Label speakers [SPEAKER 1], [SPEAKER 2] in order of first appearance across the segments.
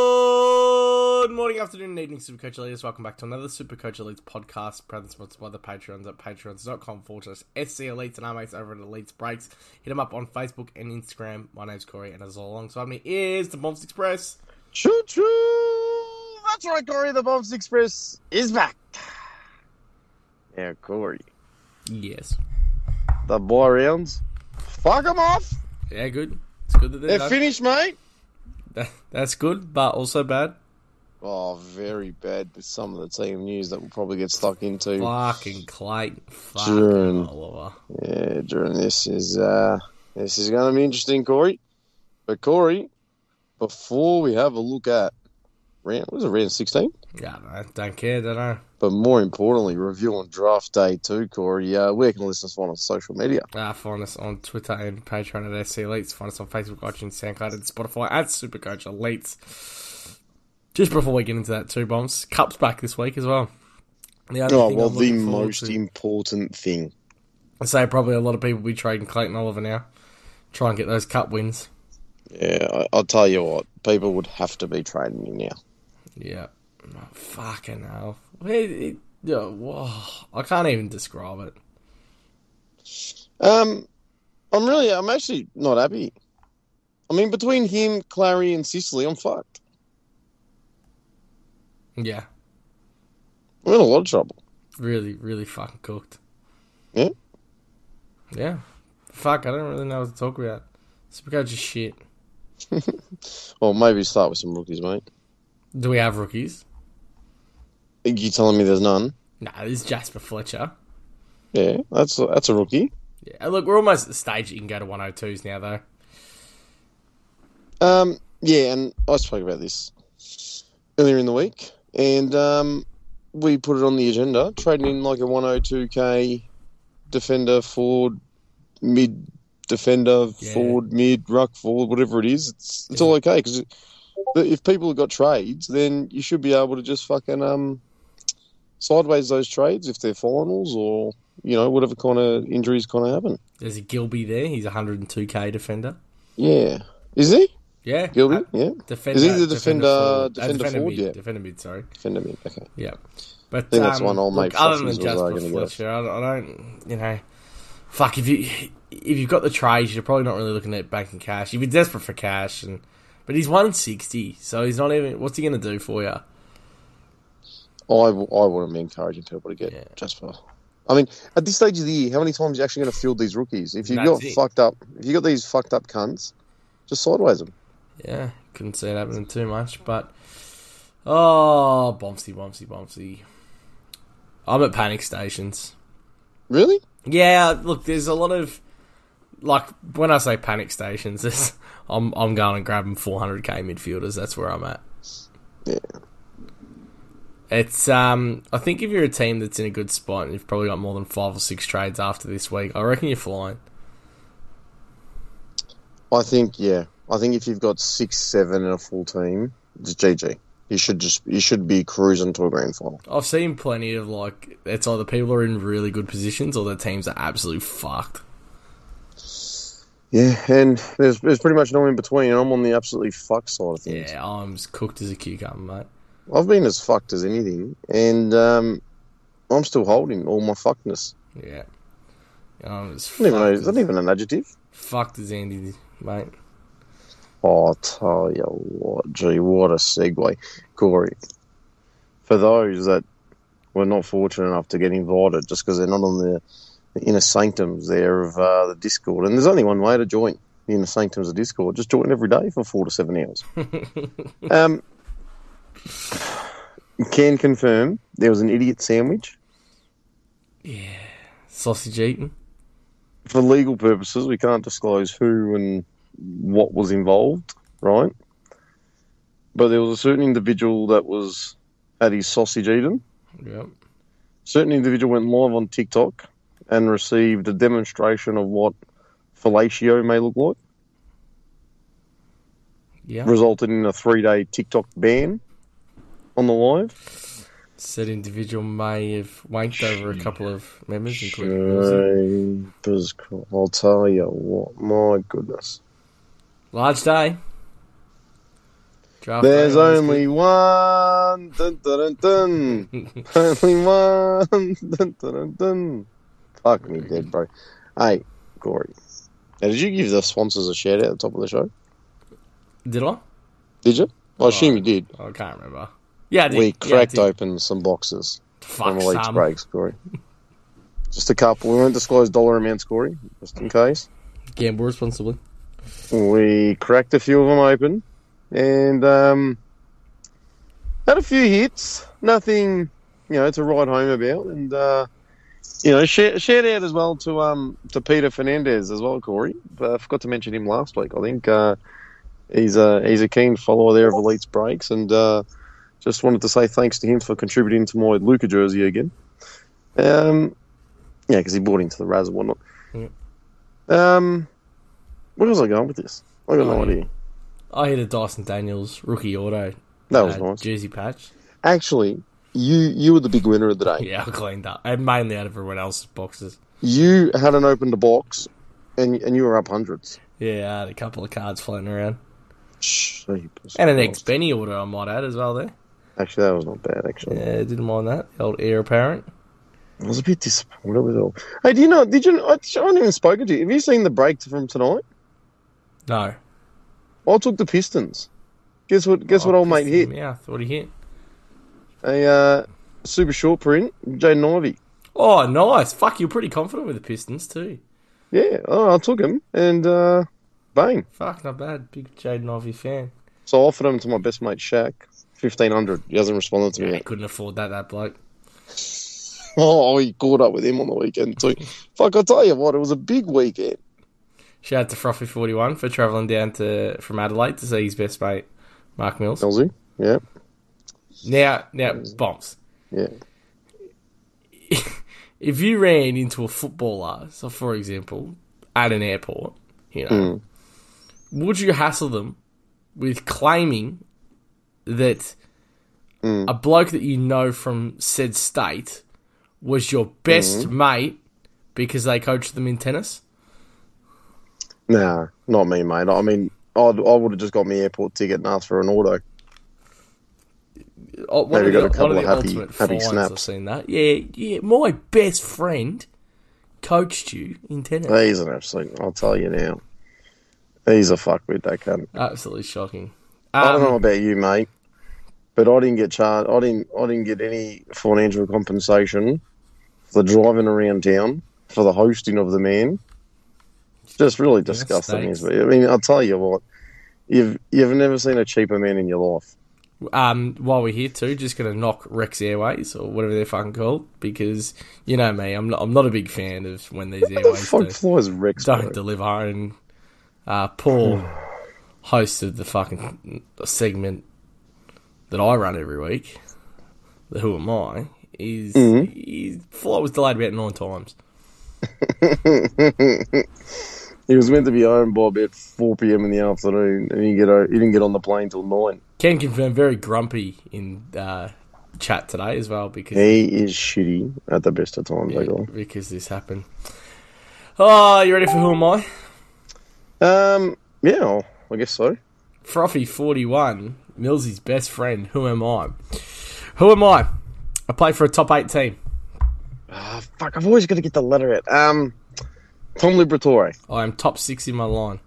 [SPEAKER 1] Good morning, afternoon, and evening, Supercoach Elites. Welcome back to another Supercoach Elites podcast, proudly sponsored by the Patreons at patreons.com forward slash SC Elites and our mates over at Elites Breaks. Hit them up on Facebook and Instagram. My name's Corey, and as all alongside me is the Bombs Express.
[SPEAKER 2] Choo choo! That's right, Corey. The Bob's Express is back. Yeah, Corey.
[SPEAKER 1] Yes.
[SPEAKER 2] The boy rounds. Fuck them off.
[SPEAKER 1] Yeah, good. It's good that they're,
[SPEAKER 2] They're
[SPEAKER 1] done.
[SPEAKER 2] finished, mate.
[SPEAKER 1] That- That's good, but also bad.
[SPEAKER 2] Oh, very bad with some of the team news that we'll probably get stuck into.
[SPEAKER 1] Fucking Clayton. Fucking
[SPEAKER 2] June.
[SPEAKER 1] Oliver.
[SPEAKER 2] Yeah, during this is uh this is gonna be interesting, Corey. But Corey, before we have a look at round was it round sixteen?
[SPEAKER 1] Yeah, I don't care, don't I?
[SPEAKER 2] But more importantly, review on draft day too, Corey. Uh, where can listeners find on social media?
[SPEAKER 1] Uh, find us on Twitter and Patreon at SC Elites. Find us on Facebook, iTunes, SoundCloud, and Spotify at Supercoach Elites. Just before we get into that, two bombs. Cup's back this week as well. The other
[SPEAKER 2] Oh,
[SPEAKER 1] thing
[SPEAKER 2] well,
[SPEAKER 1] I'm
[SPEAKER 2] the
[SPEAKER 1] looking forward
[SPEAKER 2] most
[SPEAKER 1] to-
[SPEAKER 2] important thing.
[SPEAKER 1] I say probably a lot of people will be trading Clayton Oliver now. Try and get those cup wins.
[SPEAKER 2] Yeah, I, I'll tell you what, people would have to be trading you now.
[SPEAKER 1] Yeah. Oh, fucking hell. It, it, yeah, whoa. I can't even describe it.
[SPEAKER 2] Um, I'm really, I'm actually not happy. I mean, between him, Clary, and Sicily, I'm fucked.
[SPEAKER 1] Yeah.
[SPEAKER 2] I'm in a lot of trouble.
[SPEAKER 1] Really, really fucking cooked.
[SPEAKER 2] Yeah.
[SPEAKER 1] Yeah. Fuck, I don't really know what to talk about. Supercoach is shit.
[SPEAKER 2] Or maybe start with some rookies, mate.
[SPEAKER 1] Do we have rookies?
[SPEAKER 2] Are you telling me there's none?
[SPEAKER 1] Nah, there's Jasper Fletcher.
[SPEAKER 2] Yeah, that's a, that's a rookie.
[SPEAKER 1] Yeah, and look, we're almost at the stage that you can go to 102s now, though.
[SPEAKER 2] Um, yeah, and I spoke about this earlier in the week, and um, we put it on the agenda, trading in like a 102k defender, forward, mid defender,
[SPEAKER 1] Yeah.
[SPEAKER 2] forward, mid, ruck, forward, whatever it is. It's it's all okay because if people have got trades, then you should be able to just fucking um, sideways those trades if they're finals or you know whatever kind of injuries kind of happen.
[SPEAKER 1] There's a Gilby there. He's a 102k defender.
[SPEAKER 2] Yeah, is he
[SPEAKER 1] Yeah.
[SPEAKER 2] Gilby?
[SPEAKER 1] uh,
[SPEAKER 2] yeah,
[SPEAKER 1] defender,
[SPEAKER 2] Is he the
[SPEAKER 1] forward.
[SPEAKER 2] defender- defender
[SPEAKER 1] uh, defender
[SPEAKER 2] forward?
[SPEAKER 1] mid,
[SPEAKER 2] Yeah.
[SPEAKER 1] Defender mid, sorry.
[SPEAKER 2] defender mid. Okay.
[SPEAKER 1] Yeah. But
[SPEAKER 2] think that's
[SPEAKER 1] um,
[SPEAKER 2] one all my
[SPEAKER 1] look, other than
[SPEAKER 2] fucking Eagles are
[SPEAKER 1] Jasper
[SPEAKER 2] gonna get.
[SPEAKER 1] Fletcher, I don't, I don't, you know, fuck if you if you've got the trades, you're probably not really looking at banking cash. If you're desperate for cash, and but he's 160, so he's not even. What's he going to do for you?
[SPEAKER 2] I, w- I wouldn't be encouraging people to get
[SPEAKER 1] Yeah.
[SPEAKER 2] Jasper. I mean, at this stage of the year, how many times are you actually going to field these rookies? If you've
[SPEAKER 1] That's
[SPEAKER 2] got
[SPEAKER 1] it.
[SPEAKER 2] fucked up, if you got these fucked up cunts, just sideways them.
[SPEAKER 1] Yeah, couldn't see it happening too much, but oh, bombsy, bombsy, bombsy. I'm at panic stations.
[SPEAKER 2] Really?
[SPEAKER 1] Yeah, look, there's a lot of like when I say panic stations, there's, I'm I'm going and grabbing 400k midfielders. That's where I'm at.
[SPEAKER 2] Yeah.
[SPEAKER 1] It's um, I think if you're a team that's in a good spot and you've probably got more than five or six trades after this week, I reckon you're flying.
[SPEAKER 2] I think yeah. I think if you've got six, seven, and a full team, it's GG. You should just you should be cruising to a grand final.
[SPEAKER 1] I've seen plenty of like it's either people are in really good positions or their teams are absolutely fucked.
[SPEAKER 2] Yeah, and there's there's pretty much no in between. I'm on the absolutely fuck side of things.
[SPEAKER 1] Yeah, I'm as cooked as a cucumber, mate.
[SPEAKER 2] I've been as fucked as anything, and um, I'm still holding all my fuckness.
[SPEAKER 1] Yeah, I'm as
[SPEAKER 2] I
[SPEAKER 1] fucked,
[SPEAKER 2] don't even know. Is
[SPEAKER 1] as,
[SPEAKER 2] that even an adjective?
[SPEAKER 1] fucked as Andy, mate.
[SPEAKER 2] Oh, I tell you what, gee, what a segue, Corey. For those that were not fortunate enough to get invited, just because they're not on the, the inner sanctums there of uh, the Discord, and there's only one way to join the inner sanctums of Discord. Just join every day for four to seven hours. um, can confirm there was an idiot sandwich.
[SPEAKER 1] Sausage eating.
[SPEAKER 2] For legal purposes, we can't disclose who and what was involved, right? But there was a certain individual that was at his sausage eating.
[SPEAKER 1] Yep.
[SPEAKER 2] Certain individual went live on TikTok and received a demonstration of what fellatio may look like,
[SPEAKER 1] Yeah.
[SPEAKER 2] resulted in a three-day TikTok ban on the live.
[SPEAKER 1] Said individual may have wanked over a couple of members, including Wilson.
[SPEAKER 2] Jesus Christ, I'll tell you what, my goodness.
[SPEAKER 1] Large day. Draft
[SPEAKER 2] There's
[SPEAKER 1] round, let's
[SPEAKER 2] only one. Dun, dun, dun, dun. only one. Dun, dun, dun, dun. Fuck me dead, bro. Hey, Corey. Now, did you give the sponsors a shout out at the top of the show?
[SPEAKER 1] get- Did I?
[SPEAKER 2] Did you? I assume you did.
[SPEAKER 1] I can't remember. Yeah, Oh, I did.
[SPEAKER 2] We
[SPEAKER 1] yeah, I
[SPEAKER 2] cracked
[SPEAKER 1] did.
[SPEAKER 2] open some boxes
[SPEAKER 1] Fuck
[SPEAKER 2] from Elite
[SPEAKER 1] some.
[SPEAKER 2] Breaks, Corey. Just a couple. We won't disclose dollar amounts, Corey, just in case.
[SPEAKER 1] Gamble responsibly.
[SPEAKER 2] We cracked a few of them open and um, had a few hits. Nothing, you know, to write home about. And, uh, you know, shout, shout out as well to um, to Peter Fernandez as well, Corey. Uh, I forgot to mention him last week. I think uh, he's, a, he's a keen follower there of Elite's Breaks. And uh, just wanted to say thanks to him for contributing to my Luca jersey again. Um, yeah, because he bought into the Raz and whatnot.
[SPEAKER 1] Yeah.
[SPEAKER 2] Um, where was I going with this? I got no
[SPEAKER 1] Oh, yeah.
[SPEAKER 2] idea.
[SPEAKER 1] I hit a Dyson Daniels rookie auto.
[SPEAKER 2] That was
[SPEAKER 1] uh,
[SPEAKER 2] nice.
[SPEAKER 1] Jersey patch.
[SPEAKER 2] Actually, you you were the big winner of the day.
[SPEAKER 1] Yeah, I cleaned up. And mainly out of everyone else's boxes.
[SPEAKER 2] You hadn't opened the box, and and you were up hundreds.
[SPEAKER 1] Yeah, I had a couple of cards floating around.
[SPEAKER 2] Jeepers.
[SPEAKER 1] And an ex Benny order, I might add, as well, there.
[SPEAKER 2] Actually, that was not bad. Actually,
[SPEAKER 1] Yeah, didn't mind that. The old heir apparent.
[SPEAKER 2] I was a bit disappointed with it all. Hey, do you know? Did you? I, I haven't even spoken to you. Have you seen the break from tonight?
[SPEAKER 1] No.
[SPEAKER 2] I took the Pistons. Guess what?
[SPEAKER 1] Oh,
[SPEAKER 2] Guess what? Old mate hit
[SPEAKER 1] Yeah, what he hit.
[SPEAKER 2] a uh, super short print. Jaden Ivey.
[SPEAKER 1] Oh, nice. Fuck, you're pretty confident with the Pistons, too.
[SPEAKER 2] Yeah, oh, I took him, and uh, bang.
[SPEAKER 1] Fuck, not bad. Big Jaden Ivey fan.
[SPEAKER 2] So I offered him to my best mate Shaq. Fifteen hundred. He hasn't responded to me.
[SPEAKER 1] Yeah.
[SPEAKER 2] Yet.
[SPEAKER 1] Couldn't afford that, that bloke.
[SPEAKER 2] Oh, he caught up with him on the weekend too. Fuck, I tell you what, it was a big weekend.
[SPEAKER 1] Shout out to Froffy41 for travelling down to from Adelaide to see his best mate, Mark Mills.
[SPEAKER 2] Elsie, yeah,
[SPEAKER 1] Now, now, Bombs.
[SPEAKER 2] yeah.
[SPEAKER 1] If you ran into a footballer, so for example, at an airport, you know, would you hassle them with claiming that a bloke that you know from said state was your best mate because they coached them in tennis?
[SPEAKER 2] Nah, not me, mate. I mean, I'd, I would have just got my airport ticket and asked for an auto.
[SPEAKER 1] Oh, one
[SPEAKER 2] Maybe
[SPEAKER 1] of the,
[SPEAKER 2] got a couple
[SPEAKER 1] one of
[SPEAKER 2] of
[SPEAKER 1] the
[SPEAKER 2] happy-
[SPEAKER 1] ultimate
[SPEAKER 2] happy
[SPEAKER 1] finds,
[SPEAKER 2] snaps.
[SPEAKER 1] I've seen that. Yeah, yeah. My best friend coached you in tennis.
[SPEAKER 2] He's an absolute. I'll tell you now. He's a fuckwit. That cunt.
[SPEAKER 1] Absolutely shocking.
[SPEAKER 2] I
[SPEAKER 1] Um,
[SPEAKER 2] don't know about you, mate, but I didn't get charged. I didn't. I didn't get any financial compensation for the driving around town for the hosting of the man. Just really disgusting.
[SPEAKER 1] thanks.
[SPEAKER 2] is I mean, I'll tell you what. You've you've never seen a cheaper man in your life.
[SPEAKER 1] um, while we're here too, just going to knock Rex Airways or whatever they're fucking called because you know me, I'm not, I'm not a big fan of when these
[SPEAKER 2] Who the
[SPEAKER 1] airways
[SPEAKER 2] fuck
[SPEAKER 1] do,
[SPEAKER 2] flies Rex?
[SPEAKER 1] don't
[SPEAKER 2] Don't
[SPEAKER 1] deliver. And uh, poor host of the fucking segment that I run every week, the Who Am I, is
[SPEAKER 2] Mm-hmm.
[SPEAKER 1] his flight was delayed about nine times.
[SPEAKER 2] he was meant to be home by about four p.m. in the afternoon, and he get o- he didn't get on the plane till nine.
[SPEAKER 1] Can confirm very grumpy in uh, chat today as well because
[SPEAKER 2] He is shitty at the best of times. I go.
[SPEAKER 1] because this happened. Oh, you ready for Who Am I?
[SPEAKER 2] Um. Yeah. I'll- I guess so.
[SPEAKER 1] Froffy41, Millsy's best friend. Who am I? Who am I? I play for a top eight team.
[SPEAKER 2] Oh, fuck, I've always got to get the letter out. Um, Tom Liberatore.
[SPEAKER 1] I am top six in my line.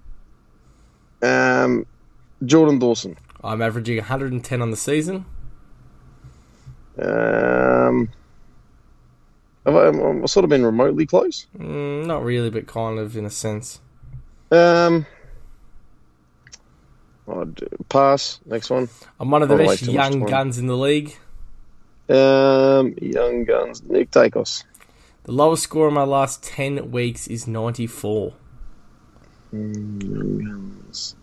[SPEAKER 2] Um, Jordan Dawson.
[SPEAKER 1] I'm averaging 110 on the season.
[SPEAKER 2] Um, have I, um, I've sort of been remotely close.
[SPEAKER 1] Mm, not really, but kind of in a sense.
[SPEAKER 2] Um, I'd pass. Next one.
[SPEAKER 1] I'm one of the
[SPEAKER 2] Don't
[SPEAKER 1] best
[SPEAKER 2] waste too much
[SPEAKER 1] young
[SPEAKER 2] time.
[SPEAKER 1] guns in the league.
[SPEAKER 2] Um, Young Guns. Nick Dacos.
[SPEAKER 1] The lowest score in my last 10 weeks is 94.
[SPEAKER 2] Young Guns.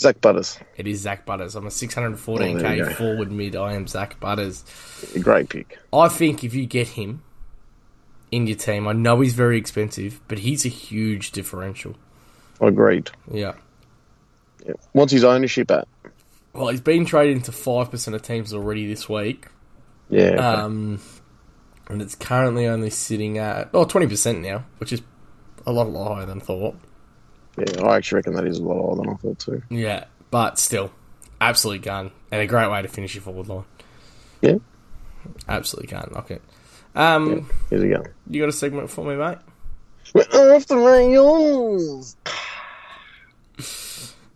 [SPEAKER 2] Zach Butters.
[SPEAKER 1] It is Zach Butters. I'm a
[SPEAKER 2] Oh, there you
[SPEAKER 1] 614k
[SPEAKER 2] go.
[SPEAKER 1] forward mid. I am Zach Butters.
[SPEAKER 2] Great pick.
[SPEAKER 1] I think if you get him in your team, I know he's very expensive, but he's a huge differential.
[SPEAKER 2] Agreed.
[SPEAKER 1] Yeah.
[SPEAKER 2] What's his ownership at?
[SPEAKER 1] Well, he's been traded into five percent of teams already this week,
[SPEAKER 2] Yeah. okay.
[SPEAKER 1] um, and it's currently only sitting at oh 20 percent now, which is a lot, lot higher than thought.
[SPEAKER 2] yeah. I actually reckon that is a lot higher than I thought too.
[SPEAKER 1] Yeah, but still, Absolute gun. And a great way to finish your forward line.
[SPEAKER 2] Yeah.
[SPEAKER 1] Absolutely can't knock it. Um,
[SPEAKER 2] Here we go.
[SPEAKER 1] You got a segment for me, mate?
[SPEAKER 2] We're off the rails.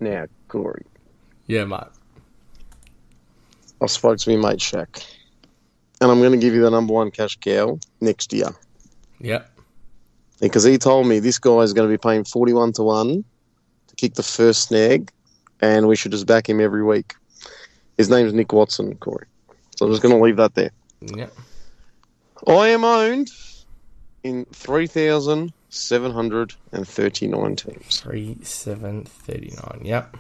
[SPEAKER 2] Now, Corey,
[SPEAKER 1] Yeah, mate.
[SPEAKER 2] I spoke to my mate Shaq, and I'm going to give you the number one cash cow next year
[SPEAKER 1] Yep.
[SPEAKER 2] because he told me this guy is going to be paying 41 to 1 to kick the first snag, and we should just back him every week. His name's Nick Watson, Corey. So I'm just going to leave that there.
[SPEAKER 1] Yep.
[SPEAKER 2] I am owned in 3,739 teams.
[SPEAKER 1] Three seven thirty nine. Yep.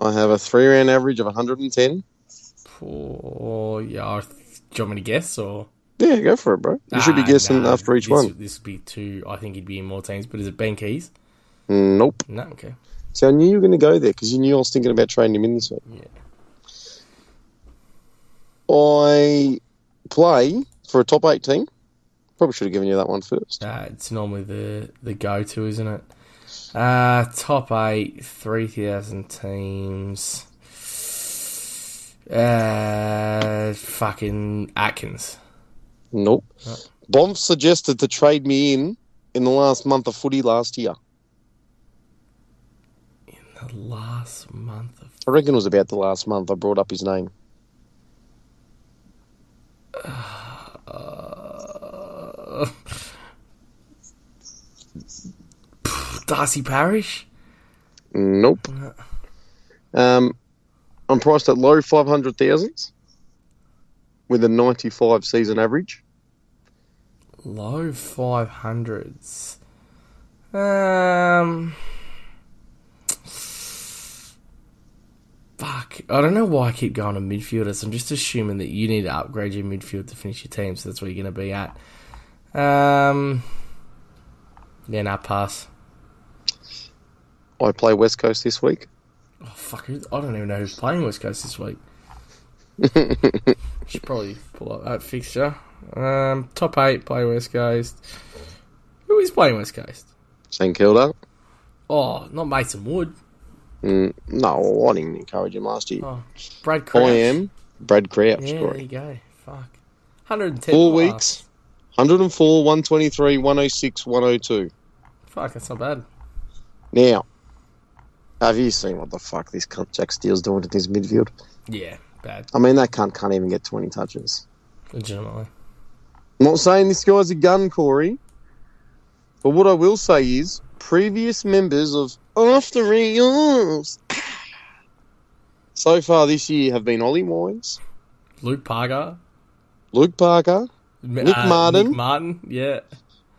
[SPEAKER 2] I have a three round average of 110.
[SPEAKER 1] Four. Yeah. I- Do you want me to guess or?
[SPEAKER 2] Yeah, go for it, bro. You should be
[SPEAKER 1] Ah,
[SPEAKER 2] guessing
[SPEAKER 1] nah,
[SPEAKER 2] after each
[SPEAKER 1] this,
[SPEAKER 2] one.
[SPEAKER 1] This would be two. I think he'd be in more teams, but is it Ben Keys?
[SPEAKER 2] Nope.
[SPEAKER 1] No. Okay.
[SPEAKER 2] See, I knew you were going to go there because you knew I was thinking about trading him in this week.
[SPEAKER 1] Yeah.
[SPEAKER 2] I play for a top eight team. Probably should have given you that one first.
[SPEAKER 1] Uh, it's normally the the go to, isn't it? Uh, top eight, three thousand teams. Uh, fucking Atkins.
[SPEAKER 2] Nope.
[SPEAKER 1] Yeah.
[SPEAKER 2] Bomb suggested to trade me in in the last month of footy last year.
[SPEAKER 1] The last month of
[SPEAKER 2] I reckon it was about the last month I brought up his name.
[SPEAKER 1] Uh, Darcy Parish?
[SPEAKER 2] Nope.
[SPEAKER 1] No.
[SPEAKER 2] Um, I'm priced at low 500,000s with a 95 season average.
[SPEAKER 1] Low 500s. Um. Fuck. I don't know why I keep going to midfielders. I'm just assuming that you need to upgrade your midfield to finish your team, so that's where you're going to be at. Um. Yeah, nah, pass.
[SPEAKER 2] I play West Coast this week.
[SPEAKER 1] Oh, fuck. who- I don't even know who's playing West Coast this week. Should probably pull up that fixture. Um, top eight, play West Coast. Who is playing West Coast?
[SPEAKER 2] St Kilda.
[SPEAKER 1] Oh, not Mason Wood.
[SPEAKER 2] Mm, no, I didn't encourage him last year.
[SPEAKER 1] Oh, Brad
[SPEAKER 2] I
[SPEAKER 1] Crouch.
[SPEAKER 2] am Brad Crouch.
[SPEAKER 1] Yeah, there
[SPEAKER 2] Corey.
[SPEAKER 1] you go. Fuck. 110.
[SPEAKER 2] Four
[SPEAKER 1] class.
[SPEAKER 2] weeks, 104, 123, 106, 102.
[SPEAKER 1] Fuck, that's not bad.
[SPEAKER 2] Now, have you seen what the fuck this cunt Jack Steele's doing to this midfield?
[SPEAKER 1] Yeah, bad.
[SPEAKER 2] I mean, that cunt can't even get 20 touches.
[SPEAKER 1] Legitimately.
[SPEAKER 2] I'm not saying this guy's a gun, Corey. But what I will say is, previous members of Off the Rails so far this year have been Ollie Moyes,
[SPEAKER 1] Luke Parga.
[SPEAKER 2] Luke Parker, Nick Martin.
[SPEAKER 1] Nick Martin, yeah.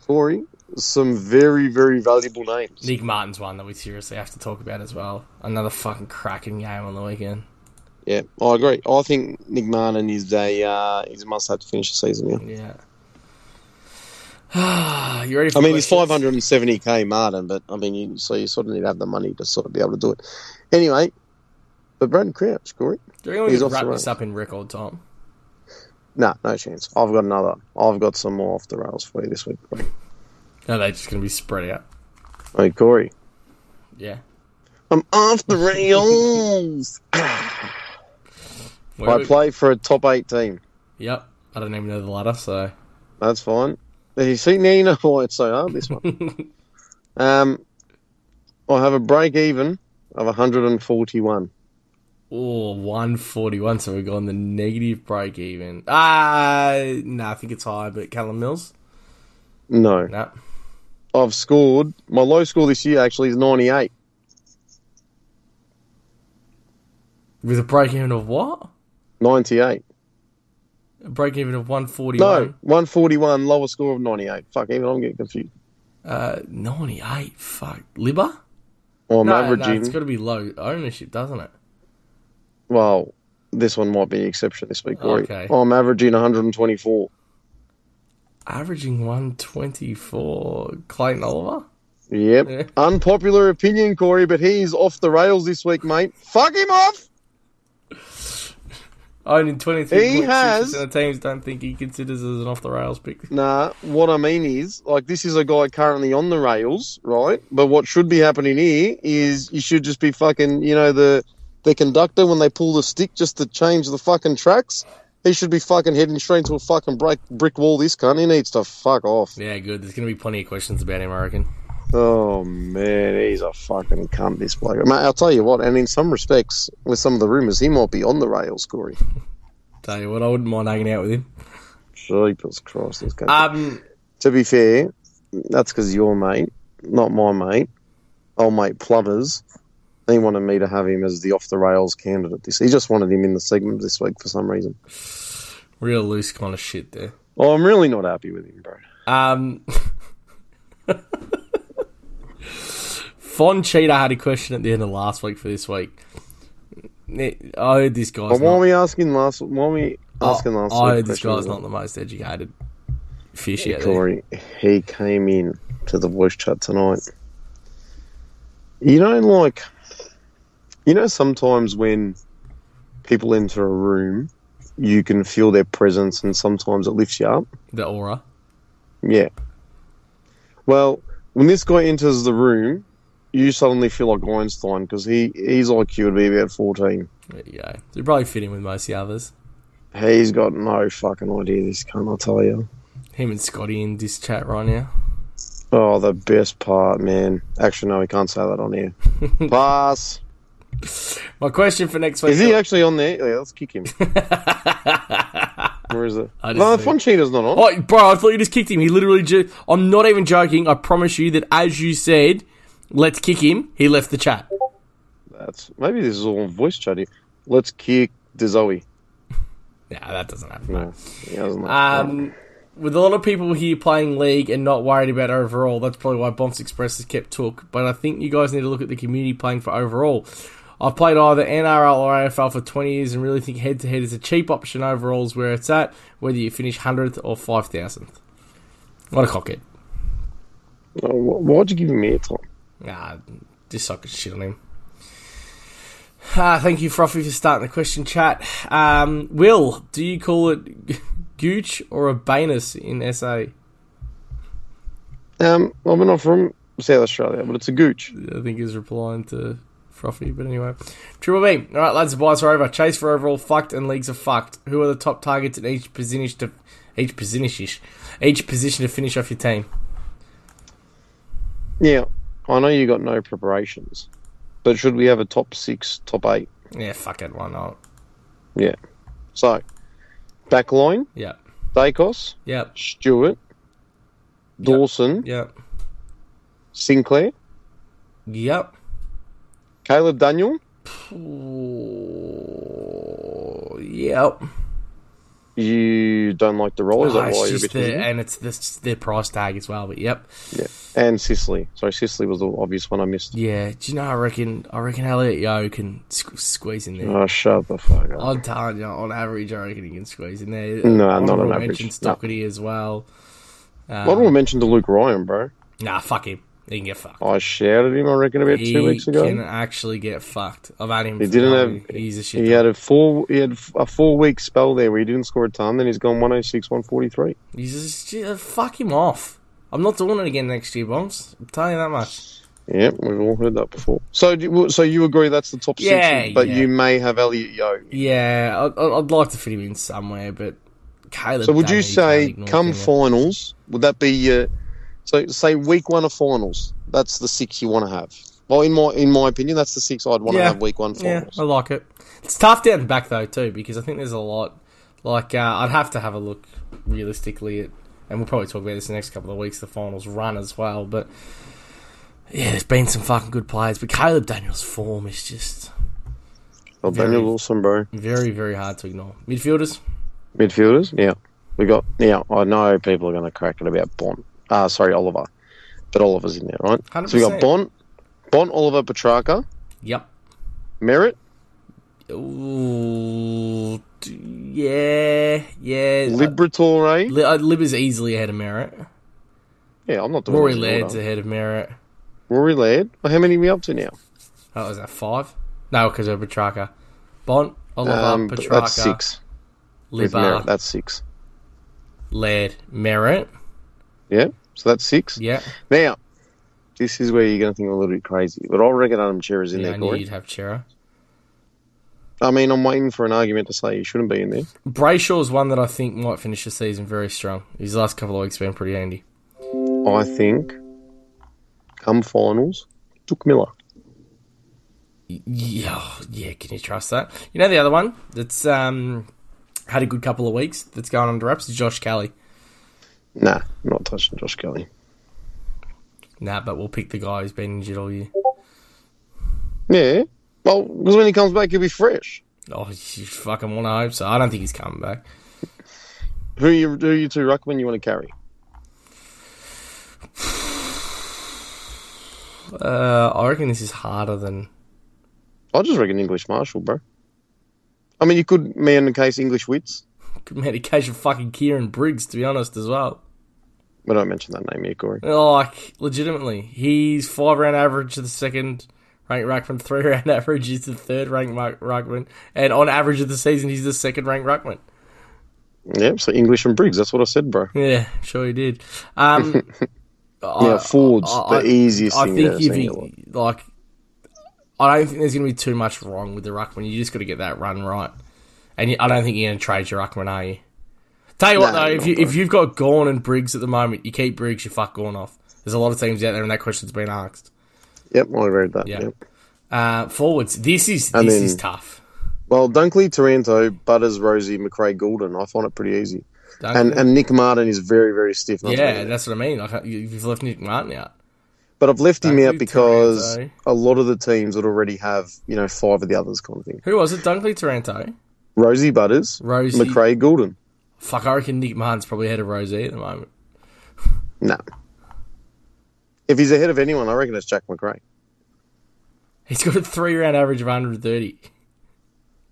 [SPEAKER 2] Corey. Some very, very valuable names.
[SPEAKER 1] Nick Martin's one that we seriously have to talk about as well. Another fucking cracking game on the weekend.
[SPEAKER 2] Yeah, I agree. I think Nick Martin is a uh, is a must have to finish the season. Yeah.
[SPEAKER 1] Yeah. you ready for
[SPEAKER 2] I mean, he's
[SPEAKER 1] questions?
[SPEAKER 2] 570k Martin, but I mean, you, so you sort of need to have the money to sort of be able to do it. Anyway, but Brandon Crouch, Corey.
[SPEAKER 1] Do you reckon we
[SPEAKER 2] He's
[SPEAKER 1] could
[SPEAKER 2] off the
[SPEAKER 1] wrap
[SPEAKER 2] road.
[SPEAKER 1] this up in record time?
[SPEAKER 2] No, no chance. I've got another. I've got some more off the rails for you this week. Corey.
[SPEAKER 1] No, they're just going to be spread out.
[SPEAKER 2] Hey, Corey.
[SPEAKER 1] Yeah.
[SPEAKER 2] I'm off the rails.
[SPEAKER 1] Where
[SPEAKER 2] I
[SPEAKER 1] we-
[SPEAKER 2] play for a top eight team.
[SPEAKER 1] Yep. I don't even know the ladder, so.
[SPEAKER 2] That's fine. You see, now you know why it's so hard, this one. um, I have a break even of 141.
[SPEAKER 1] Oh, 141. So we're going the negative break even. Ah, no, I think it's high, but Callum Mills?
[SPEAKER 2] No.
[SPEAKER 1] No.
[SPEAKER 2] I've scored. My low score this year actually is 98.
[SPEAKER 1] With a break even of what?
[SPEAKER 2] 98.
[SPEAKER 1] A break even of
[SPEAKER 2] No,
[SPEAKER 1] 141?
[SPEAKER 2] 141, lower score of 98. Fuck, even I'm getting confused.
[SPEAKER 1] Uh, 98. Fuck. Libba?
[SPEAKER 2] Well, I'm
[SPEAKER 1] No, no,
[SPEAKER 2] averaging.
[SPEAKER 1] it's got to be low ownership, doesn't it?
[SPEAKER 2] well, this one might be the exception this week, Corey.
[SPEAKER 1] Okay.
[SPEAKER 2] I'm averaging 124.
[SPEAKER 1] Averaging 124. Clayton Oliver?
[SPEAKER 2] Yep.
[SPEAKER 1] Yeah.
[SPEAKER 2] Unpopular opinion, Corey, but he's off the rails this week, mate. Fuck him off!
[SPEAKER 1] Owning 23.6%
[SPEAKER 2] has-
[SPEAKER 1] of teams don't think he considers as an off the rails pick.
[SPEAKER 2] Nah, what I mean is, like, this is a guy currently on the rails, right? But what should be happening here is you should just be fucking, you know, the the conductor when they pull the stick just to change the fucking tracks. He should be fucking heading straight into a fucking break, brick wall. This cunt, he needs to fuck off.
[SPEAKER 1] Yeah, good. There's going to be plenty of questions about him, I reckon.
[SPEAKER 2] Oh man, he's a fucking cunt. This bloke. Mate, I'll tell you what. And in some respects, with some of the rumours, he might be on the rails, Corey.
[SPEAKER 1] Tell you what, I wouldn't mind hanging out with him.
[SPEAKER 2] Jeepers Christ, this cunt.
[SPEAKER 1] Um,
[SPEAKER 2] To be fair, that's because your mate, not my mate, old mate Plovers, he wanted me to have him as the off the rails candidate. This he just wanted him in the segment this week for some reason.
[SPEAKER 1] real loose kind of shit there.
[SPEAKER 2] Oh, I'm really not happy with him, bro.
[SPEAKER 1] Um, Fon Cheetah had a question at the end of last week for this week. I heard this guy's
[SPEAKER 2] But why are
[SPEAKER 1] not,
[SPEAKER 2] we asking last? Why are we asking last?
[SPEAKER 1] I
[SPEAKER 2] week
[SPEAKER 1] heard this
[SPEAKER 2] question?
[SPEAKER 1] guy's not the most educated fish out there.
[SPEAKER 2] Corey, he came in to the voice chat tonight. You know, like, you know, sometimes when people enter a room, you can feel their presence, and sometimes it lifts you up.
[SPEAKER 1] eh? The aura.
[SPEAKER 2] Yeah. Well, when this guy enters the room, you suddenly feel like Einstein because he his IQ would be about fourteen.
[SPEAKER 1] There you go. You probably fit in with most of the others.
[SPEAKER 2] He's got no fucking idea. This cunt, I tell you.
[SPEAKER 1] Him and Scotty in this chat right now.
[SPEAKER 2] Oh, the best part, man. Actually, no, we can't say that on here. Pass.
[SPEAKER 1] My question for next week.
[SPEAKER 2] Is he actually on there? Yeah, let's kick him. Where is it? No,
[SPEAKER 1] see-
[SPEAKER 2] Fonchina's not on.
[SPEAKER 1] Oh, bro, I thought you just kicked him. He literally ju- I'm not even joking. I promise you that as you said, let's kick him, he left the chat.
[SPEAKER 2] That's maybe this is all on voice chat here. Let's kick the Zoe.
[SPEAKER 1] Nah, that doesn't happen.
[SPEAKER 2] No, he doesn't like
[SPEAKER 1] Um, with a lot of people here playing League and not worried about overall, that's probably why Bombs Express has kept Took. But I think you guys need to look at the community playing for overall. I've played either NRL or AFL for 20 years and really think head to head is a cheap option overall, is where it's at, whether you finish 100th or 5000th. What a cockhead.
[SPEAKER 2] that. Oh, wh- Why'd you give him airtime?
[SPEAKER 1] Nah, just so I could shit on him. Ah, thank you, Froffy, for starting the question chat. Um, Will, do you call it g- Gooch or a Banus in SA?
[SPEAKER 2] Um, well, we're not from South Australia, but it's a gooch.
[SPEAKER 1] I think he's replying to Froffy, but anyway. Triple B. All right, lads, the buys are over. Chase for overall fucked and leagues are fucked. Who are the top targets in each position to each position each position to finish off your team?
[SPEAKER 2] Yeah, I know you got no preparations, but should we have a top six, top eight?
[SPEAKER 1] Yeah, fuck Oh, it, why not?
[SPEAKER 2] Yeah. So, back line,
[SPEAKER 1] Yep,
[SPEAKER 2] Dacos,
[SPEAKER 1] yep,
[SPEAKER 2] Stewart, Dawson,
[SPEAKER 1] yep,
[SPEAKER 2] Sinclair,
[SPEAKER 1] yep.
[SPEAKER 2] Caleb Daniel,
[SPEAKER 1] Ooh, yep.
[SPEAKER 2] you don't like the role, is
[SPEAKER 1] Oh,
[SPEAKER 2] that
[SPEAKER 1] it's
[SPEAKER 2] why you're a
[SPEAKER 1] just
[SPEAKER 2] bit
[SPEAKER 1] the,
[SPEAKER 2] hesitant?
[SPEAKER 1] and it's this their price tag as well. But yep,
[SPEAKER 2] And Sicily. Sorry, Sicily was the obvious one I missed.
[SPEAKER 1] yeah. Do you know? I reckon. I reckon Elliot Yo can squ- squeeze in there.
[SPEAKER 2] Oh, shut the fuck up.
[SPEAKER 1] I'm telling you, on average, I reckon he can squeeze in there.
[SPEAKER 2] No, not on
[SPEAKER 1] Honorable
[SPEAKER 2] average,
[SPEAKER 1] mention,
[SPEAKER 2] no.
[SPEAKER 1] Stockerty as well. Um,
[SPEAKER 2] What do we mention to Luke Ryan, bro?
[SPEAKER 1] Nah, fuck him. He can get fucked.
[SPEAKER 2] I shouted him, I reckon, about
[SPEAKER 1] he
[SPEAKER 2] Oh, two weeks ago.
[SPEAKER 1] can actually get fucked. I've had him.
[SPEAKER 2] He
[SPEAKER 1] for
[SPEAKER 2] didn't
[SPEAKER 1] going.
[SPEAKER 2] have-
[SPEAKER 1] He's a shit.
[SPEAKER 2] He had a four. He had a four week spell there where he didn't score a ton. Then he's gone one hundred six, one forty three.
[SPEAKER 1] He's just yeah, fuck him off. I'm not doing it again next year, bombs. I'm telling you that much.
[SPEAKER 2] Yeah, we've all heard that before. So, do you, so you agree that's the top
[SPEAKER 1] Yeah,
[SPEAKER 2] six, but
[SPEAKER 1] yeah.
[SPEAKER 2] you may have Elliot Yo.
[SPEAKER 1] Yeah, I'd, I'd like to fit him in somewhere, but Caleb.
[SPEAKER 2] So, would
[SPEAKER 1] Daly
[SPEAKER 2] you
[SPEAKER 1] can't
[SPEAKER 2] say
[SPEAKER 1] ignore
[SPEAKER 2] come
[SPEAKER 1] him.
[SPEAKER 2] finals? Would that be uh, so? Say week one of finals. That's the six you want to have. Well, in my in my opinion, that's the six I'd want to
[SPEAKER 1] Yeah.
[SPEAKER 2] have week one
[SPEAKER 1] Yeah,
[SPEAKER 2] finals.
[SPEAKER 1] I like it. It's tough down the back though too because I think there's a lot. Like uh, I'd have to have a look realistically at, and we'll probably talk about this in the next couple of weeks. The finals run as well, but yeah, there's been some fucking good players. But Caleb Daniels' form is just
[SPEAKER 2] Well,
[SPEAKER 1] Very-
[SPEAKER 2] Oh, Daniel Wilson, bro.
[SPEAKER 1] very, very hard to ignore. Midfielders,
[SPEAKER 2] Midfielders, yeah. We got yeah. I know people are going to crack it about Bond. Uh, sorry, Oliver, but Oliver's in there, right? So we got
[SPEAKER 1] 100%.
[SPEAKER 2] Bond, Bond, Oliver, Petrarca,
[SPEAKER 1] yep.
[SPEAKER 2] Merritt,
[SPEAKER 1] Ooh, d- yeah, yeah.
[SPEAKER 2] Liberatore.
[SPEAKER 1] Li- uh, Lib is easily ahead of Merritt.
[SPEAKER 2] Yeah, I'm not doing
[SPEAKER 1] Rory
[SPEAKER 2] these in
[SPEAKER 1] Laird's
[SPEAKER 2] order.
[SPEAKER 1] ahead of Merritt.
[SPEAKER 2] Rory Laird. Well, how many are we up to now?
[SPEAKER 1] That was Oh, that five? No, because of Petrarca. Bont, Oliver,
[SPEAKER 2] Um, but
[SPEAKER 1] Petrarca,
[SPEAKER 2] that's six. With Merritt,
[SPEAKER 1] Libba,
[SPEAKER 2] that's six.
[SPEAKER 1] Laird, Merritt.
[SPEAKER 2] Yeah, so that's six.
[SPEAKER 1] Yeah,
[SPEAKER 2] Now, this is where you're going to think I'm a little bit crazy, but I reckon Adam Chira's in
[SPEAKER 1] yeah I
[SPEAKER 2] there,
[SPEAKER 1] knew
[SPEAKER 2] Corey.
[SPEAKER 1] you'd have Chera.
[SPEAKER 2] I mean, I'm waiting for an argument to say he shouldn't be in there.
[SPEAKER 1] Brayshaw's one that I think might finish the season very strong. His last couple of weeks been pretty handy.
[SPEAKER 2] I think, come finals, took Miller.
[SPEAKER 1] Yeah, yeah. Can you trust that? You know the other one that's um, had a good couple of weeks that's going on to reps is Josh Kelly.
[SPEAKER 2] Nah, not touching Josh Kelly.
[SPEAKER 1] Nah, but we'll pick the guy who's been injured all year.
[SPEAKER 2] Yeah. Well, because when he comes back, he'll be fresh.
[SPEAKER 1] Oh, you fucking want to hope so. I don't think he's coming back.
[SPEAKER 2] Who you who you two ruckman you want to carry?
[SPEAKER 1] Uh, I reckon this is harder than.
[SPEAKER 2] I just reckon English Marshall, bro. I mean, you could man the case English wits.
[SPEAKER 1] Could medication fucking Kieran Briggs, to be honest, as well.
[SPEAKER 2] We don't mention that name here, Corey.
[SPEAKER 1] Like, legitimately, he's five round average to the second ranked ruckman, three round average is the third ranked mark- ruckman, and on average of the season, he's the second ranked ruckman.
[SPEAKER 2] Yep, so English and Briggs. That's what I said, bro.
[SPEAKER 1] Yeah, sure he did. Um,
[SPEAKER 2] yeah, Ford's the easiest
[SPEAKER 1] I
[SPEAKER 2] thing
[SPEAKER 1] think
[SPEAKER 2] you've
[SPEAKER 1] if
[SPEAKER 2] ever seen.
[SPEAKER 1] you like, I don't think there's going to be too much wrong with the ruckman. You just got to get that run right, and you, I don't think you're going to trade your ruckman, are you? Tell you what
[SPEAKER 2] No,
[SPEAKER 1] though, if
[SPEAKER 2] not
[SPEAKER 1] you
[SPEAKER 2] really.
[SPEAKER 1] if you've got Gorn and Briggs at the moment, you keep Briggs, you fuck Gorn off. There's a lot of teams out there, and that question's been asked.
[SPEAKER 2] Yep, I agree with that.
[SPEAKER 1] Yeah.
[SPEAKER 2] Yep.
[SPEAKER 1] Uh, forwards, this is this
[SPEAKER 2] And then-
[SPEAKER 1] is tough.
[SPEAKER 2] Well, Dunkley, Taranto, Butters, Rosie, McRae, Goulden. I find it pretty easy.
[SPEAKER 1] Don't
[SPEAKER 2] And
[SPEAKER 1] you?
[SPEAKER 2] and Nick Martin is very very stiff. not to
[SPEAKER 1] yeah,
[SPEAKER 2] be there.
[SPEAKER 1] that's what I mean. Like uh, you- you've left Nick Martin out.
[SPEAKER 2] but I've left him
[SPEAKER 1] Dunkley,
[SPEAKER 2] out because
[SPEAKER 1] Taranto.
[SPEAKER 2] a lot of the teams would already have you know five of the others kind of thing.
[SPEAKER 1] Who was it? Dunkley Taranto.
[SPEAKER 2] Rosie Butters,
[SPEAKER 1] Rosie.
[SPEAKER 2] McRae, Goulden.
[SPEAKER 1] Fuck, I reckon Nick Martin's probably ahead of Rosie at the moment.
[SPEAKER 2] No. If he's ahead of anyone, I reckon it's Jack McRae.
[SPEAKER 1] He's got a three round average of 130.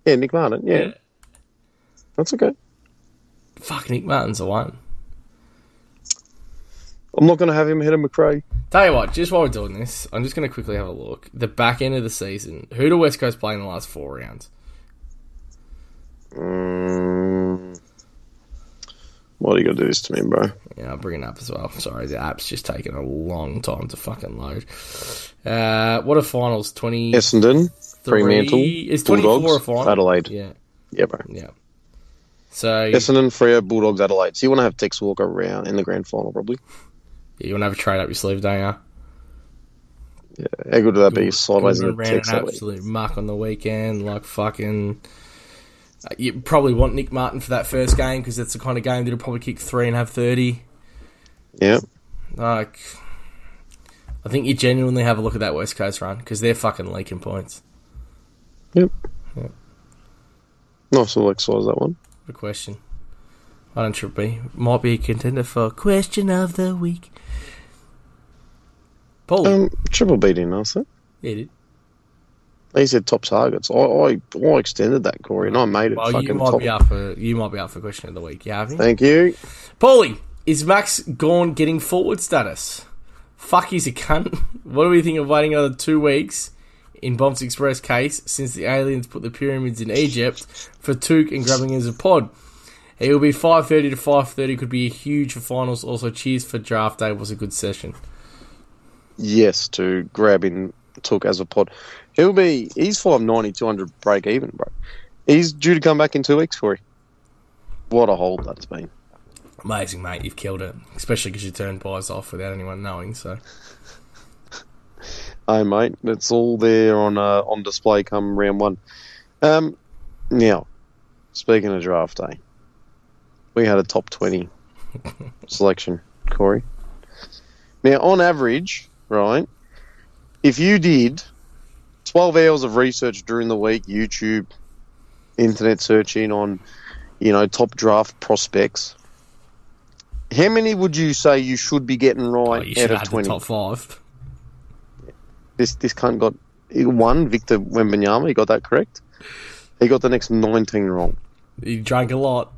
[SPEAKER 2] Yeah, Nick Martin. Yeah,
[SPEAKER 1] Yeah.
[SPEAKER 2] that's okay.
[SPEAKER 1] Fuck, Nick Martin's the one.
[SPEAKER 2] I'm not going to have him ahead of McRae.
[SPEAKER 1] Tell you what, just while we're doing this, I'm just going to quickly have a look. The back end of the season. Who do West Coast play in the last four rounds?
[SPEAKER 2] Mm. Why do you got to do this to me, bro?
[SPEAKER 1] Yeah, I'll bring it up as well. Sorry, the app's just taking a long time to fucking load. Uh, what are finals? 20.
[SPEAKER 2] Essendon, Fremantle,
[SPEAKER 1] Is 24 a
[SPEAKER 2] Bulldogs,
[SPEAKER 1] final?
[SPEAKER 2] Adelaide. Yeah.
[SPEAKER 1] Yeah,
[SPEAKER 2] bro.
[SPEAKER 1] yeah. So,
[SPEAKER 2] Essendon, Freo, Bulldogs, Adelaide. So you want to have Tex Walker around in the grand final, probably.
[SPEAKER 1] yeah, you want to have a trade up your sleeve, don't you?
[SPEAKER 2] How good would that be? Sideways
[SPEAKER 1] Goodwin
[SPEAKER 2] in the
[SPEAKER 1] ran
[SPEAKER 2] Tex
[SPEAKER 1] an
[SPEAKER 2] Adelaide.
[SPEAKER 1] absolute muck on the weekend, like fucking. You probably want Nick Martin for that first game because that's the kind of game that'll probably kick three and have thirty.
[SPEAKER 2] Yeah.
[SPEAKER 1] Like, I think you genuinely have a look at that West Coast run because they're fucking leaking points.
[SPEAKER 2] Yep.
[SPEAKER 1] Yeah.
[SPEAKER 2] Nice little exercise, that one.
[SPEAKER 1] Good question. I don't should be. Might be a contender for question of the week. Paul,
[SPEAKER 2] Um, triple beat in, Arthur.
[SPEAKER 1] yeah, dude.
[SPEAKER 2] He said top targets. I, I, I extended that, Corey, and I made it
[SPEAKER 1] Well,
[SPEAKER 2] fucking
[SPEAKER 1] you might
[SPEAKER 2] top.
[SPEAKER 1] be up for you might be up for question of the week. You have me?
[SPEAKER 2] Thank you.
[SPEAKER 1] Paulie, is Max Gorn getting forward status? Fuck, he's a cunt. What do we think of waiting another two weeks in Bombs Express case since the aliens put the pyramids in Egypt for Took and grabbing him as a pod? It will be 5.30 to 5.30, could be a huge for finals. Also, cheers for draft day, was a good session.
[SPEAKER 2] Yes, to grab in took as a pod. He'll be he's 590, 200 break even, bro. He's due to come back in two weeks, Corey. What a hold that's been.
[SPEAKER 1] Amazing, mate, you've killed it. Especially because you turned buys off without anyone knowing, so.
[SPEAKER 2] Hey mate, it's all there on uh, on display come round one. Um, now, speaking of draft day, we had a top twenty selection, Corey. Now, on average, right, if you did twelve hours of research during the week, YouTube, internet searching on, you know, top draft prospects. How many would you say you should be getting
[SPEAKER 1] Oh,
[SPEAKER 2] right
[SPEAKER 1] you
[SPEAKER 2] out
[SPEAKER 1] should
[SPEAKER 2] of
[SPEAKER 1] have the
[SPEAKER 2] twenty?
[SPEAKER 1] top five.
[SPEAKER 2] this this cunt got he one Victor Wembanyama. He got that correct. He got the next nineteen wrong.
[SPEAKER 1] You drank a lot.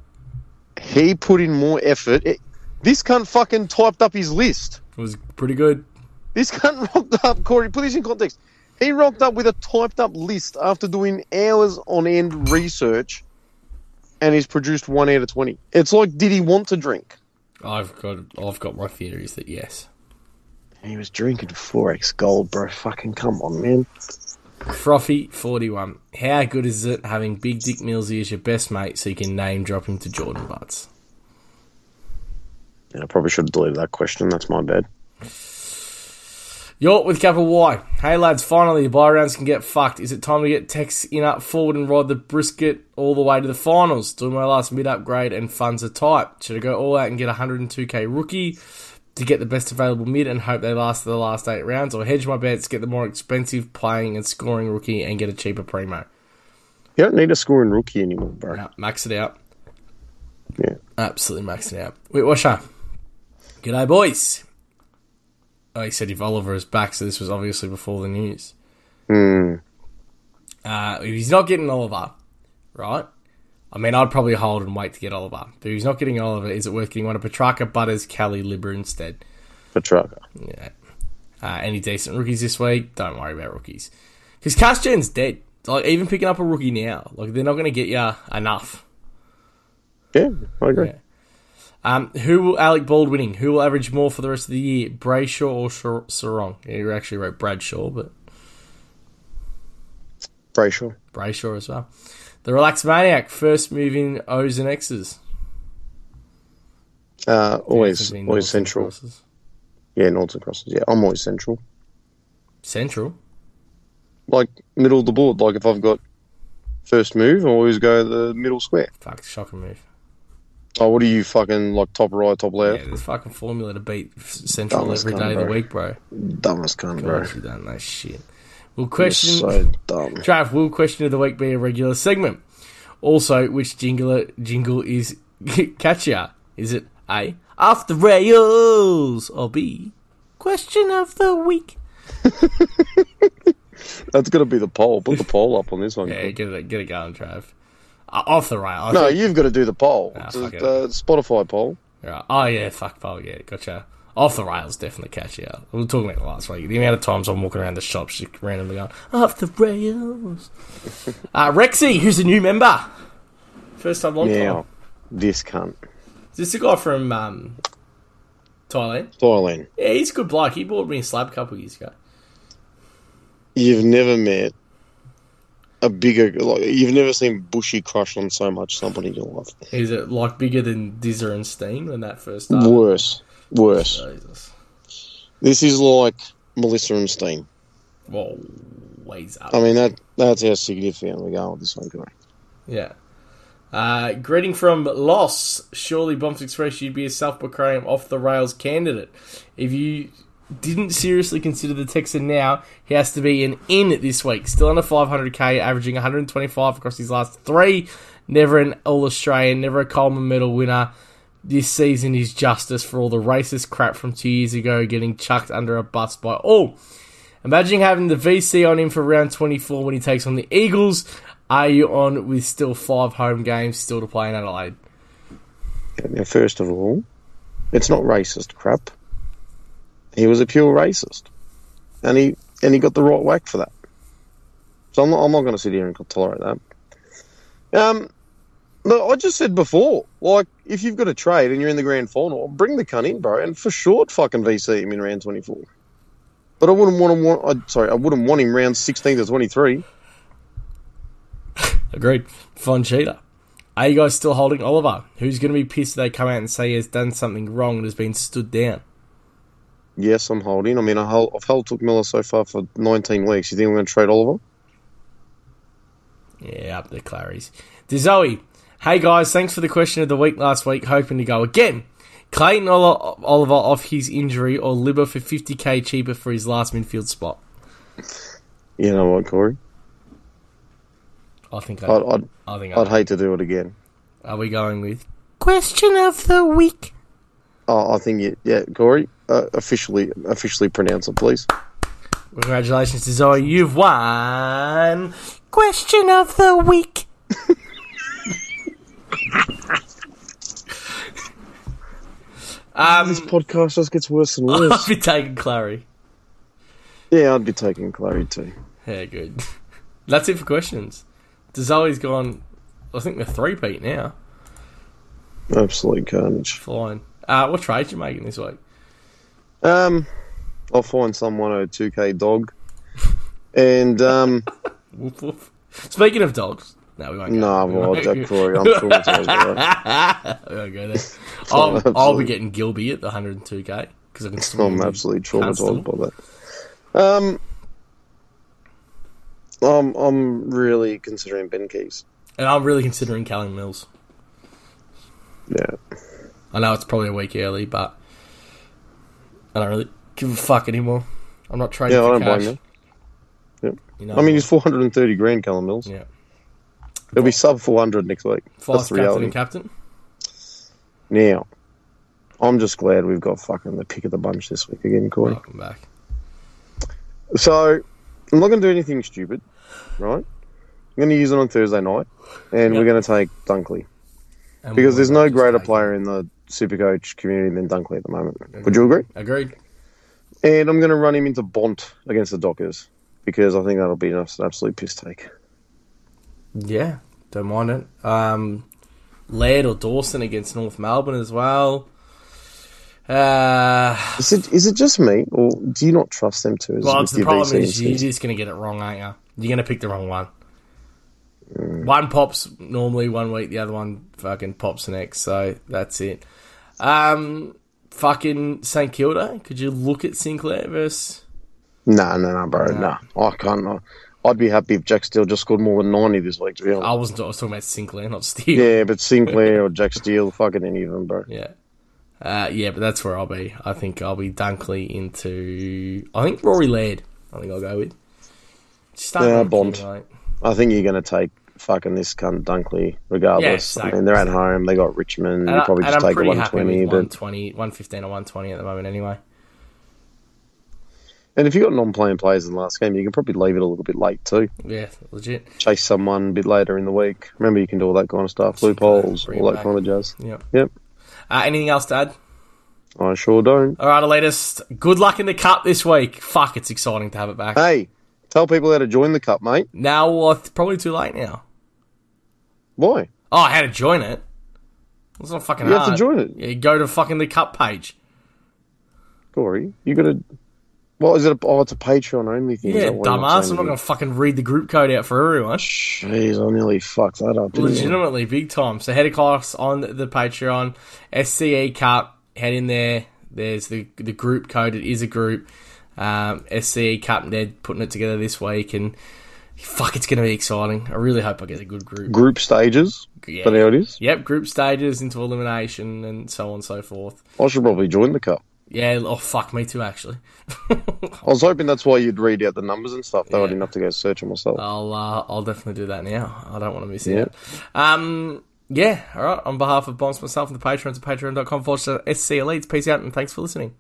[SPEAKER 2] He put in more effort. It- this cunt fucking typed up his list.
[SPEAKER 1] It was pretty good.
[SPEAKER 2] This cunt rocked up. Corey, put this in context. He rocked up with a typed up list after doing hours on end research, and he's produced one out of twenty. It's like, did he want to drink?
[SPEAKER 1] I've got, I've got my theories that yes.
[SPEAKER 2] He was drinking four X gold, bro. Fucking come on, man.
[SPEAKER 1] Frothy41. How good is it having Big Dick Millsy as your best mate so you can name drop him to Jordan Butts?
[SPEAKER 2] Yeah, I probably should have deleted that question. That's my bad.
[SPEAKER 1] York with capital Y. Hey lads, finally the buy rounds can get fucked. Is it time to get Tex in up forward and ride the brisket all the way to the finals? Doing my last mid upgrade and funds are tight. Should I go all out and get a 102k rookie to get the best available mid and hope they last the last eight rounds, or hedge my bets, get the more expensive playing and scoring rookie and get a cheaper primo?
[SPEAKER 2] You don't need a scoring rookie anymore, bro.
[SPEAKER 1] Nah, max it out.
[SPEAKER 2] Yeah.
[SPEAKER 1] Absolutely maxing out. Wait, Washer. G'day, boys. Oh, he said if Oliver is back, so this was obviously before the news.
[SPEAKER 2] Hmm.
[SPEAKER 1] Uh, if he's not getting Oliver, right? I mean, I'd probably hold and wait to get Oliver. But if he's not getting Oliver, is it worth getting one of Petrarca, Butters, Kelly, Libra instead?
[SPEAKER 2] Petrarca.
[SPEAKER 1] Yeah. Uh, any decent rookies this week? Don't worry about rookies. Because Castgen's dead. Like, even picking up a rookie now, like, they're not going to get you enough.
[SPEAKER 2] Yeah, I agree.
[SPEAKER 1] Yeah. Um, who will Alec Bald winning? Who will average more for the rest of the year, Brayshaw or Sor- Sarong? Yeah, you actually wrote Bradshaw, but
[SPEAKER 2] Brayshaw.
[SPEAKER 1] Brayshaw as well. The Relaxed Maniac, first move in O's and X's.
[SPEAKER 2] Uh,
[SPEAKER 1] Has
[SPEAKER 2] always,
[SPEAKER 1] been
[SPEAKER 2] always
[SPEAKER 1] Northern
[SPEAKER 2] central.
[SPEAKER 1] Crosses.
[SPEAKER 2] Yeah, Norton crosses. Yeah, I'm always central.
[SPEAKER 1] Central?
[SPEAKER 2] Like middle of the board. Like if I've got first move, I always go the middle square.
[SPEAKER 1] Fuck, shocking move.
[SPEAKER 2] Oh, what are you fucking like top right, top
[SPEAKER 1] Yeah,
[SPEAKER 2] left?
[SPEAKER 1] there's fucking formula to beat Central
[SPEAKER 2] Dumbest
[SPEAKER 1] every
[SPEAKER 2] cunt,
[SPEAKER 1] day of the
[SPEAKER 2] bro.
[SPEAKER 1] week, bro.
[SPEAKER 2] Dumbest cunt, bro.
[SPEAKER 1] If you don't know shit. Will
[SPEAKER 2] You're
[SPEAKER 1] question
[SPEAKER 2] so dumb.
[SPEAKER 1] draft will question of the week be a regular segment? Also, which jingle jingle is catchier? Is it A off the rails or B question of the week?
[SPEAKER 2] That's gonna be the poll. Put the poll up on this one.
[SPEAKER 1] Yeah, get it get it going, Trav. Uh, off the rails.
[SPEAKER 2] No, you've got to do the poll.
[SPEAKER 1] Ah,
[SPEAKER 2] It's a-
[SPEAKER 1] fuck it.
[SPEAKER 2] the Spotify poll.
[SPEAKER 1] Right. Oh yeah, fuck Paul. Yeah, gotcha. Off the rails, definitely catch you out. We were talking about it last week. The amount of times I'm walking around the shops just randomly going off the rails. uh, Rexy, who's a new member, first time, long time.
[SPEAKER 2] Now, this cunt.
[SPEAKER 1] Is this the guy from um, Thailand?
[SPEAKER 2] Thailand.
[SPEAKER 1] Yeah, he's a good bloke. He bought me a slab a couple of years ago.
[SPEAKER 2] You've never met a bigger, like, you've never seen Bushy crush on so much somebody in your life.
[SPEAKER 1] He's a, like bigger than Dizzer and Steen when that first started.
[SPEAKER 2] Worse. Worse.
[SPEAKER 1] Jesus.
[SPEAKER 2] This is like Melissa and Steen.
[SPEAKER 1] Whoa, ways up.
[SPEAKER 2] I mean, that that's how significant we go with oh, this one, guy.
[SPEAKER 1] Yeah. Uh, greeting from Loss. Surely, Bombs Express, you'd be a self proclaimed off the rails candidate. If you didn't seriously consider the Texan now, he has to be an in this week. Still under 500k, averaging 125 across his last three. Never an All Australian, never a Coleman Medal winner. This season is justice for all the racist crap from two years ago getting chucked under a bus by all. Imagine having the VC on him for round 24 when he takes on the Eagles. Are you on with still five home games still to play in Adelaide?
[SPEAKER 2] Now, first of all, it's not racist crap. He was a pure racist, and he and he got the right whack for that. So I'm not, I'm not going to sit here and tolerate that. Um, no, I just said before, like if you've got a trade and you're in the grand final, bring the cunt in, bro, and for sure fucking VC him in round 24. But I wouldn't want him. I, sorry, I wouldn't want him round 16 to 23.
[SPEAKER 1] Agreed. Von Cheetah. Are you guys still holding Oliver? Who's going to be pissed if they come out and say he has done something wrong and has been stood down?
[SPEAKER 2] Yes, I'm holding. I mean, I hold, I've held Took Miller so far for 19 weeks. You think I'm going to trade Oliver?
[SPEAKER 1] Yeah, up the Clarys. To Zoe. Hey guys, thanks for the question of the week last week. Hoping to go again. Clayton Oli- Oliver off his injury or Libba for 50k cheaper for his last midfield spot?
[SPEAKER 2] You know what, Corey?
[SPEAKER 1] I think I,
[SPEAKER 2] I'd, I'd,
[SPEAKER 1] I think I,
[SPEAKER 2] I'd hate to do it again.
[SPEAKER 1] Are we going with question of the week?
[SPEAKER 2] Oh, I think you, yeah, Corey. Uh, officially, officially pronounce it, please.
[SPEAKER 1] Congratulations to Zoe, you've won question of the week. um,
[SPEAKER 2] Podcast just gets worse and
[SPEAKER 1] I'll
[SPEAKER 2] worse.
[SPEAKER 1] be taking Clary.
[SPEAKER 2] yeah, I'd be taking Clary too.
[SPEAKER 1] Yeah, good. That's it for questions. To Zoe's gone. I think the three peat now.
[SPEAKER 2] Absolute carnage.
[SPEAKER 1] Fine. Uh, what trade you making this week?
[SPEAKER 2] Um, I'll find some 102k dog. And um,
[SPEAKER 1] Woof, woof. Speaking of dogs, no, we won't. Go.
[SPEAKER 2] no,
[SPEAKER 1] we
[SPEAKER 2] well,
[SPEAKER 1] won't go.
[SPEAKER 2] that Corey, I'm traumatized. by that.
[SPEAKER 1] we won't go there. I'll, I'll be
[SPEAKER 2] absolutely. Oh,
[SPEAKER 1] getting Gilby at the 102k because I can still.
[SPEAKER 2] I'm absolutely traumatized
[SPEAKER 1] Constable.
[SPEAKER 2] by that. Um, I'm I'm really considering Ben Keys.
[SPEAKER 1] And I'm really considering Callum Mills.
[SPEAKER 2] Yeah,
[SPEAKER 1] I know it's probably a week early, but I don't really give a fuck anymore. I'm not trading
[SPEAKER 2] yeah, I
[SPEAKER 1] for
[SPEAKER 2] don't
[SPEAKER 1] cash.
[SPEAKER 2] blame you.
[SPEAKER 1] you know,
[SPEAKER 2] I mean, he's 430 grand, Callum Mills.
[SPEAKER 1] yeah,
[SPEAKER 2] He'll be sub 400 next week.
[SPEAKER 1] vice
[SPEAKER 2] That's the
[SPEAKER 1] captain
[SPEAKER 2] reality.
[SPEAKER 1] and captain.
[SPEAKER 2] Now, I'm just glad we've got fucking the pick of the bunch this week again, Corey.
[SPEAKER 1] Welcome back.
[SPEAKER 2] So, I'm not going to do anything stupid, right? I'm going to use it on Thursday night,
[SPEAKER 1] Yep.
[SPEAKER 2] and we're going to take Dunkley
[SPEAKER 1] And
[SPEAKER 2] because
[SPEAKER 1] we
[SPEAKER 2] there's
[SPEAKER 1] won't
[SPEAKER 2] no
[SPEAKER 1] just
[SPEAKER 2] greater
[SPEAKER 1] take
[SPEAKER 2] player in the Supercoach community than Dunkley at the moment. Would you agree?
[SPEAKER 1] it. Agreed.
[SPEAKER 2] And I'm going to run him into Bont against the Dockers because I think that'll be an abs- an absolute piss take.
[SPEAKER 1] Yeah, don't mind it. Um, Laird or Dawson against North Melbourne as well. Uh,
[SPEAKER 2] Is it is it just me, or do you not trust them too? Is it
[SPEAKER 1] well,
[SPEAKER 2] with
[SPEAKER 1] it's the
[SPEAKER 2] your
[SPEAKER 1] problem
[SPEAKER 2] VC
[SPEAKER 1] is you're
[SPEAKER 2] instincts?
[SPEAKER 1] just going to get it wrong, aren't you? You're going to pick the wrong one. One pops normally one week, the other one fucking pops the next. So that's it. Um, fucking St Kilda. Could you look at Sinclair versus?
[SPEAKER 2] No, no, no, bro, no. I can't. I, I'd be happy if Jack Steele just scored more than 90 this week, to be honest.
[SPEAKER 1] I wasn't. I was talking about Sinclair, not Steve.
[SPEAKER 2] Yeah, but Sinclair or Jack Steele, fucking any of them, bro.
[SPEAKER 1] Yeah. Uh, yeah, but that's where I'll be. I think I'll be Dunkley into. I think Rory Laird. I think I'll go with. Start
[SPEAKER 2] Yeah,
[SPEAKER 1] ranking,
[SPEAKER 2] Uh, Bond.
[SPEAKER 1] right?
[SPEAKER 2] I think you're going to take fucking this cunt Dunkley, regardless.
[SPEAKER 1] Yeah,
[SPEAKER 2] I
[SPEAKER 1] same,
[SPEAKER 2] mean, they're at home. They got Richmond.
[SPEAKER 1] And,
[SPEAKER 2] You
[SPEAKER 1] I,
[SPEAKER 2] probably
[SPEAKER 1] and
[SPEAKER 2] just
[SPEAKER 1] I'm
[SPEAKER 2] take the
[SPEAKER 1] pretty happy with
[SPEAKER 2] 120. But
[SPEAKER 1] 120, 115 or 120 at the moment anyway.
[SPEAKER 2] and if you got non-playing players in the last game, you can probably leave it a little bit late too.
[SPEAKER 1] Yeah, legit.
[SPEAKER 2] Chase someone a bit later in the week. Remember, you can do all that kind of stuff, loopholes,
[SPEAKER 1] Bring it
[SPEAKER 2] all that
[SPEAKER 1] back.
[SPEAKER 2] kind of jazz.
[SPEAKER 1] Yep.
[SPEAKER 2] Yep,
[SPEAKER 1] Uh, anything else to add?
[SPEAKER 2] I sure don't.
[SPEAKER 1] All right, our latest. Good luck in the cup this week. Fuck, it's exciting to have it back.
[SPEAKER 2] Hey, tell people how to join the cup, mate.
[SPEAKER 1] Now, well, it's probably too late now.
[SPEAKER 2] Why?
[SPEAKER 1] Oh, I had to join it. It's not fucking
[SPEAKER 2] You have to
[SPEAKER 1] hard.
[SPEAKER 2] join it.
[SPEAKER 1] Yeah, go to fucking the cup page.
[SPEAKER 2] Corey, you got to. Well, is it? A, oh, it's a Patreon only thing.
[SPEAKER 1] Yeah, dumbass. I'm not going to fucking read the group code out for everyone.
[SPEAKER 2] Jeez, I nearly fucked that up. Didn't I?
[SPEAKER 1] Legitimately, big time. So head across on the Patreon, SCE Cup. Head in there. There's the the group code. It is a group. Um, SCE Cup. They're putting it together this week, and fuck, it's going to be exciting. I really hope I get a good group.
[SPEAKER 2] Group stages.
[SPEAKER 1] Yeah.
[SPEAKER 2] Is that how it is?
[SPEAKER 1] Yep, group stages into elimination and so on and so forth.
[SPEAKER 2] I should probably join the cup.
[SPEAKER 1] Yeah. Oh fuck, me too. Actually,
[SPEAKER 2] I was hoping that's why you'd read out the numbers and stuff, though I
[SPEAKER 1] Yeah.
[SPEAKER 2] didn't have to go search them myself.
[SPEAKER 1] I'll uh, I'll definitely do that now. I don't want to miss
[SPEAKER 2] Yeah.
[SPEAKER 1] it. Um. Yeah, all right. On behalf of Bonks, myself, and the patrons at patreon.com forward slash SC Elites, peace out and thanks for listening.